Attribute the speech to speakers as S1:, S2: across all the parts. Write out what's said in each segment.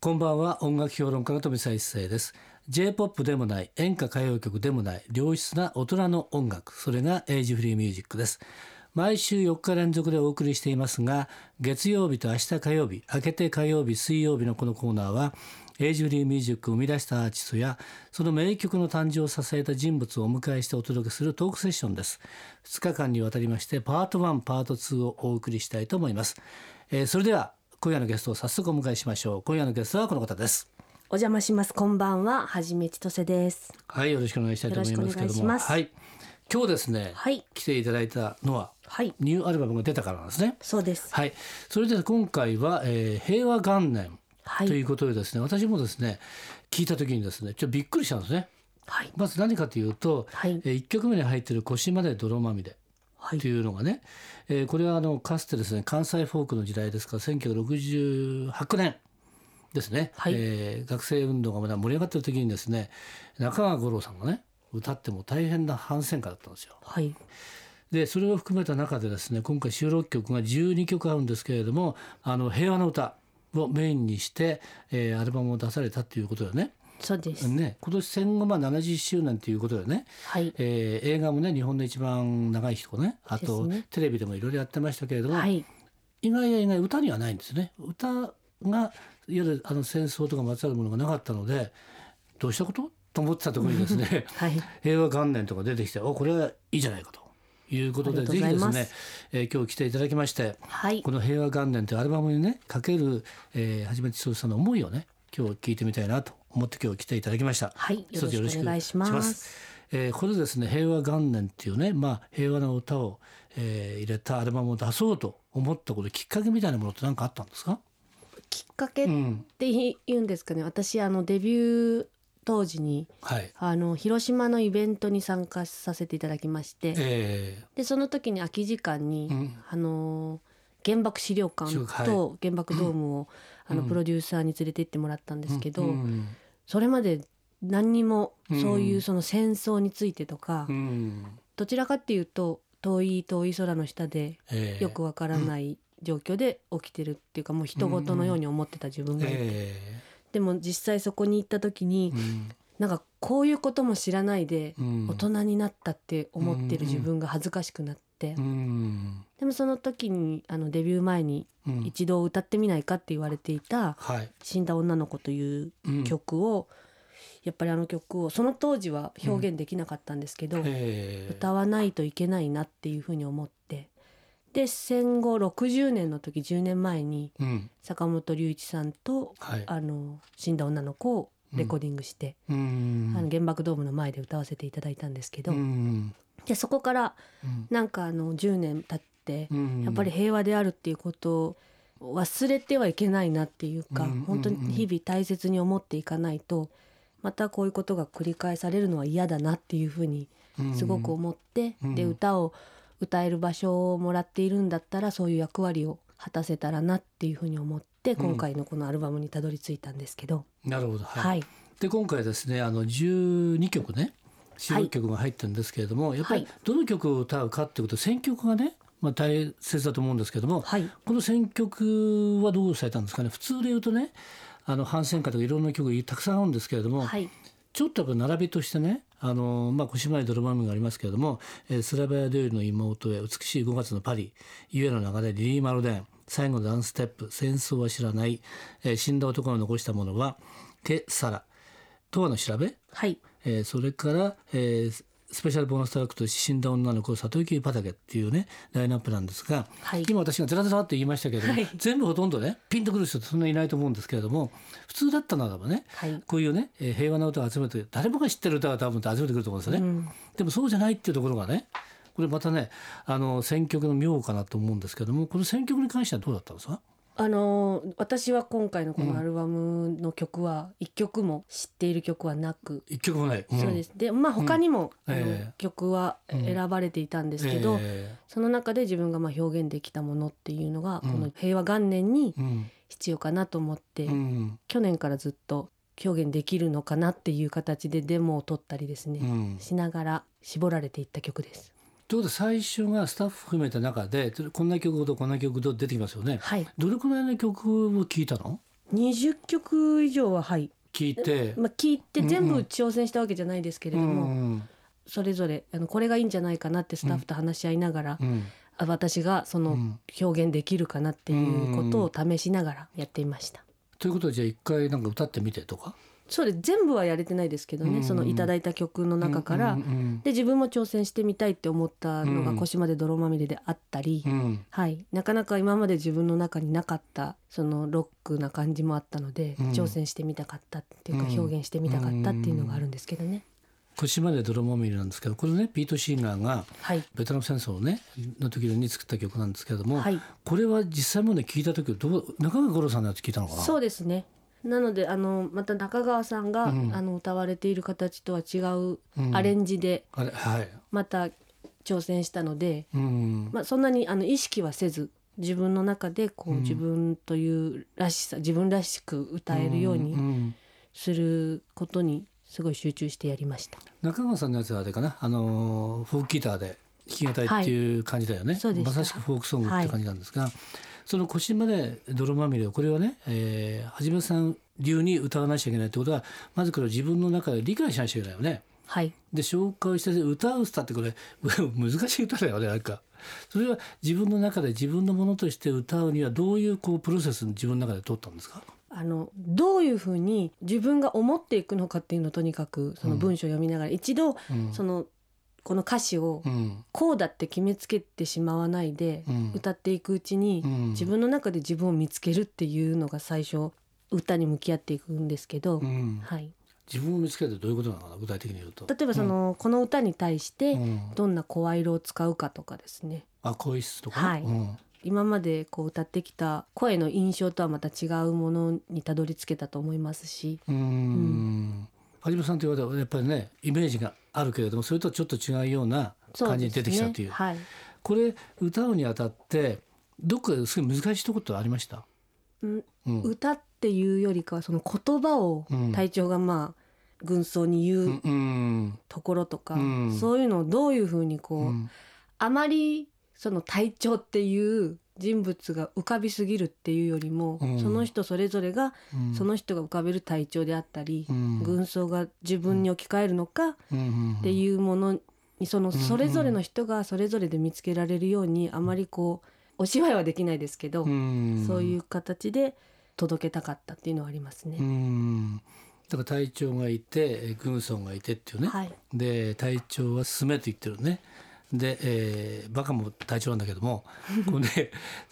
S1: こんばんは音楽評論家の富澤一世です J-POP でもない演歌歌謡曲でもない良質な大人の音楽それがエイジフリーミュージックです毎週4日連続でお送りしていますが月曜日と明日火曜日明けて火曜日水曜日のこのコーナーはエイジフリーミュージックを生み出したアーティストやその名曲の誕生を支えた人物をお迎えしてお届けするトークセッションです2日間にわたりましてパート1パート2をお送りしたいと思います、えー、それでは今夜のゲストを早速お迎えしましょう今夜のゲストはこの方です
S2: お邪魔しますこんばんははじめちとせです
S1: はいよろしくお願いしたいと思いますけどもはい今日ですね、
S2: はい、
S1: 来ていただいたのは、
S2: はい、
S1: ニューアルバムが出たからなんですね。
S2: そうです。
S1: はい、それで今回は、えー、平和元年、
S2: はい、
S1: ということでですね、私もですね聞いた時にですねちょっとびっくりしたんですね。
S2: はい、
S1: まず何かというと、
S2: はい、
S1: えー、1曲目に入ってる「腰まで泥まみれ」
S2: はい、
S1: というのがね、えー、これはあのかつてですね関西フォークの時代ですから1968年。ですね、
S2: はい、
S1: えー、学生運動がまだ盛り上がってる時にですね中川五郎さんがね歌っても大変な反戦歌だったんですよ。
S2: はい、
S1: でそれを含めた中でですね今回収録曲が12曲あるんですけれども「あの平和の歌」をメインにして、えー、アルバムを出されたということだよね。
S2: そうです
S1: ね、今年戦後まあ70周年ということでね、
S2: はい
S1: えー、映画もね日本で一番長い日とかねあと、
S2: ね、
S1: テレビでもいろいろやってましたけれども、
S2: はい、
S1: 意外や意外歌にはないんですね歌がいわゆるあの戦争とかまつわるものがなかったのでどうしたことと思ってたところにです ね、
S2: はい、
S1: 平和元年とか出てきておこれはいいじゃないかということでぜひですね、えー、今日来ていただきまして、
S2: はい、
S1: この「平和元年」というアルバムにねかける、えー、はじめちそうさんの思いをね今日聞いてみたいなと思って今日来ていただきました。
S2: はい、よろしくお願いします。
S1: えー、これですね平和元年っていうね、まあ、平和の歌を、えー、入れたアルバムを出そうと思ったこときっかけみたいなものって何かあったんですか
S2: きっかけって言うんですかね、うん、私あのデビュー当時に、
S1: はい、
S2: あの広島のイベントに参加させていただきまして、
S1: え
S2: ー、でその時に空き時間に、
S1: うん、
S2: あの原爆資料館と原爆ドームを、
S1: はい、
S2: あのプロデューサーに連れて行ってもらったんですけど、
S1: うん、
S2: それまで何にもそういうその戦争についてとか、
S1: うん、
S2: どちらかっていうと遠い遠い空の下でよくわからない状況で起きてるっていうかもう人事のように思ってた自分がいて。
S1: えー
S2: でも実際そこに行った時に、
S1: うん、
S2: なんかこういうことも知らないで大人になったって思ってる自分が恥ずかしくなって、
S1: うん、
S2: でもその時にあのデビュー前に一度歌ってみないかって言われていた「死んだ女の子」という曲を、やっぱりあの曲をその当時は表現できなかったんですけど、歌わないといけないなっていうふうに思って。で戦後60年の時10年前に坂本龍一さんと、
S1: うんはい、
S2: あの死んだ女の子をレコーディングして、
S1: うん、
S2: あの原爆ドームの前で歌わせていただいたんですけど、
S1: うん、
S2: でそこからなんかあの10年経って、やっぱり平和であるっていうことを忘れてはいけないなっていうか、本当に日々大切に思っていかないとまたこういうことが繰り返されるのは嫌だなっていうふうにすごく思って、で歌を歌える場所をもらっているんだったらそういう役割を果たせたらなっていうふうに思って今回のこのアルバムにたどり着いたんですけど。
S1: うん、なるほど、
S2: はい、はい、
S1: で今回ですねあの12曲ね収録曲が入ってるんですけれども、はい、やっぱりどの曲を歌うかっていうこと選曲がね、まあ、大切だと思うんですけども、
S2: はい、
S1: この選曲はどうされたんですかね普通で言うとねあの反戦歌とかいろんな曲たくさんあるんですけれども、
S2: はい、
S1: ちょっとやっぱ並びとしてねあの、まあ、小島屋ドラマムがありますけれども「えー、スラバヤ料理の妹へ美しい5月のパリ」「ゆえの流れリリー・マロデン」「最後のダンステップ」「戦争は知らない」えー「死んだ男の残したものは」「ケ・サラ」「とわの調べ」
S2: はい
S1: えー、それから、えースペシャルボーナストラックと死んだ女の子里雪畑っていうねラインナップなんですが、
S2: はい、
S1: 今私がずらずらって言いましたけど、
S2: はい、
S1: 全部ほとんどねピンとくる人ってそんないないと思うんですけれども普通だったならばね、
S2: はい、
S1: こういうね、えー、平和な歌を集めて誰もが知ってる歌が多分集めてくると思うんですよね、
S2: うん、
S1: でもそうじゃないっていうところがねこれまたねあの選曲の妙かなと思うんですけどもこの選曲に関してはどうだったんですか
S2: あのー、私は今回のこのアルバムの曲は一曲も知っている曲はなく、、
S1: 一、うん、曲もない、うん
S2: そうですでまあ他にも、
S1: うんえ
S2: ー、曲は選ばれていたんですけど、
S1: えー、
S2: その中で自分がまあ表現できたものっていうのが、この平和元年に必要かなと思って、去年からずっと表現できるのかなっていう形でデモを取ったりですね、しながら絞られていった曲です。
S1: ということで最初がスタッフ含めた中でこんな曲とこんな曲と出てきますよね、
S2: はい、
S1: どれくらいの曲を聞いたの
S2: 20曲以上ははい、
S1: 聞いて、
S2: まあ、聞いて全部挑戦したわけじゃないですけれ
S1: う
S2: ど
S1: ん
S2: も、
S1: うん
S2: それぞれあのこれがいいんじゃないかなってスタッフと話し合いながら、
S1: うん
S2: あ私がそうの
S1: ん
S2: 表現できるかなっていうことを試しながらやっていました。
S1: ということはじゃあ一回なんか歌ってみてとか
S2: そうです全部はやれてないですけどね、
S1: うん
S2: そのいただいた曲の中から、
S1: うんうん
S2: で自分も挑戦してみたいって思ったの
S1: う
S2: が
S1: ん
S2: 腰まで泥まみれであったり、
S1: うんうん
S2: はい、なかなか今まで自分の中になかったそのロックな感じもあったので、
S1: うん
S2: 挑戦してみたかったっていうか、
S1: うん
S2: 表現してみたかったっていうのがあるんですけどね。
S1: 腰まで泥まみれなんですけどこれねピート・シーガーが
S2: はい、
S1: ベトナム戦争をねの時に作った曲なんですけれども、
S2: はい
S1: これは実際もね聞いた時どう中川五郎さんのやつ聞いたのかな
S2: そうですねなのであのまた中川さんが、
S1: うん
S2: あの歌われている形とは違う
S1: うん
S2: アレンジで
S1: あれはい、
S2: また挑戦したので、
S1: うん
S2: まあ、そんなにあの意識はせず自分の中でこう自分というらしさ、自分らしく歌えるよう
S1: う
S2: に
S1: ん
S2: することにすごい集中してやりました。
S1: 中川さんのやつはあれかなあのーフォークギターで弾き語りっていう感じだよね、
S2: いそうでした
S1: まさしくフォークソングって感じなんですが、その「腰まで泥まみれ」をこれはね、えーはじめさん流に歌わなきゃいけないってことはまずこれを自分の中で理解しなきゃいけないよね。
S2: はい
S1: で紹介して歌う歌ってこれ 難しい歌だよねなんかそれは自分の中で自分のものとして歌うにはどういうこうプロセス自分の中で通ったんですか
S2: あのどういうふうに自分が思っていくのかっていうのをとにかくその文章を読みながら、一度
S1: うん
S2: そのこの歌詞を
S1: うん
S2: こうだって決めつけてしまわないで
S1: うん
S2: 歌っていくうちに
S1: うん
S2: 自分の中で自分を見つけるっていうのが最初歌に向き合っていくんですけど、
S1: うん
S2: はい、
S1: 自分を見つけてどういうことなのかな具体的に言うと。
S2: 例えばその、この歌に対して
S1: うん
S2: どんな声色を使うかとかですね
S1: あ更衣室とか、
S2: はい
S1: うん
S2: 今までこう歌ってきた声の印象とはまた違うものにたどり着けたと思いますし
S1: うーんはじめさんと言われたらやっぱりねイメージがあるけれどもそれとはちょっと違うような
S2: そう
S1: 感じ
S2: で
S1: に
S2: すね
S1: 出てきたという
S2: はい、
S1: これ歌うにあたってどっかですごい難しいところってありました、
S2: うん
S1: うん
S2: 歌っていうよりかはその言葉を
S1: うん
S2: 隊長がまあ軍曹に
S1: う
S2: 言うん
S1: うん
S2: ところとか、
S1: うん
S2: そういうのをどういうふうにこう、
S1: うん
S2: あまりその隊長っていう人物が浮かびすぎるっていうよりも、
S1: うん
S2: その人それぞれが
S1: うん
S2: その人が浮かべる隊長であったり、
S1: うん
S2: 軍曹が自分に置き換えるのかっ
S1: うん
S2: ていうものにその
S1: ん
S2: それぞれの人がそれぞれで見つけられるようにあまりこうお芝居はできないですけど、
S1: うん
S2: そういう形で届けたかったっていうのはありますね。
S1: うんだから隊長がいてえー軍曹がいてっていうね、
S2: はい、
S1: で隊長は進めと言ってるねで、えーバカも隊長なんだけどもこう、ね、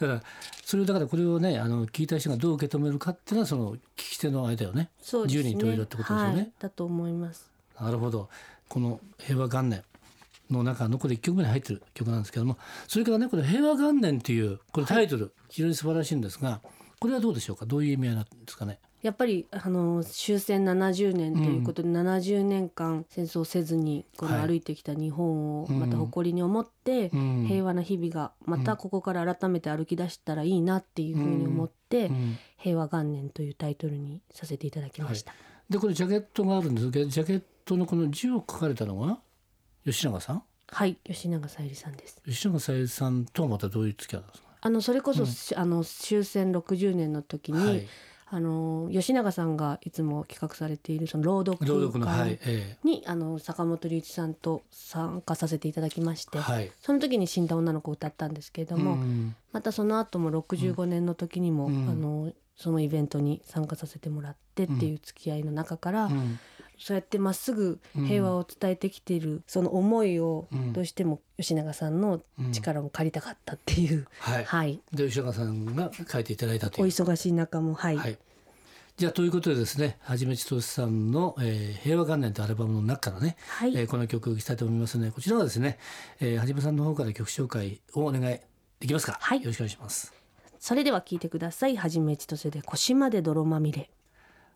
S1: だからそれをだからこれをねあの聞いた人がどう受け止めるかっていうのはその聞き手のあれだよね
S2: そうですね。
S1: 10人十色ってことですよね
S2: はいだと思います。
S1: なるほどこの平和元年の中のこれ1曲目に入ってる曲なんですけどもそれからねこれ「平和元年」っていうこれタイトル、非常に素晴らしいんですがこれはどうでしょうかどういう意味合いなんですかね
S2: やっぱりあの終戦70年ということで、70年間戦争せずにこの
S1: はい
S2: 歩いてきた日本を
S1: うん
S2: また誇りに思って、
S1: うん
S2: 平和な日々がまたここから改めて歩き出したらいいなっていうふうに思って「
S1: うん
S2: 平和元年」というタイトルにさせていただきました。
S1: でこれジャケットがあるんですけどジャケットのこの字を書かれたのが吉永さん
S2: はい、吉永小百合さんです。
S1: 吉永小百合さんとはまたどういう付き合いなんですか、
S2: あのそれこそ、あの終戦60年の時に、
S1: はい
S2: あの吉永さんがいつも企画されているその朗読会
S1: 朗読のはいえ
S2: にあの坂本龍一さんと参加させていただきまし
S1: え
S2: て、
S1: はい
S2: その時に死んだ女の子を歌ったんですけれども、
S1: うん
S2: またその後も65年の時にも、
S1: うん
S2: あのそのイベントに参加させてもらってっていう付き合いの中から、
S1: うん
S2: そうやってまっすぐ平和を伝えてきているその思いを
S1: うん
S2: どうしても吉永さんの力も借りたかったっていう、
S1: はい、
S2: はい、
S1: で吉永さんが書いていただいたと
S2: お
S1: いう
S2: 忙しい中もはい、
S1: はい。じゃあということでですね、はじめちとしさんの、えー平和元年というアルバムの中からね、
S2: はい
S1: えーこの曲を聴きたいと思いますので、こちらはですね、えーはじめさんの方から曲紹介をお願いできますか。
S2: はい
S1: よろしくお願いします。
S2: それでは聞いてください「はじめちとせ」で「腰まで泥まみれ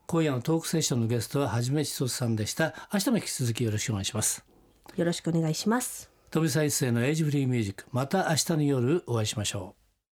S1: 今夜のトークセッションのゲストははじめちとしさんでした。明日も引き続きよろしくお願いします。」
S2: よろしくお願いします。
S1: 富澤一世のエイジフリーミュージック、また明日の夜お会いしましょう。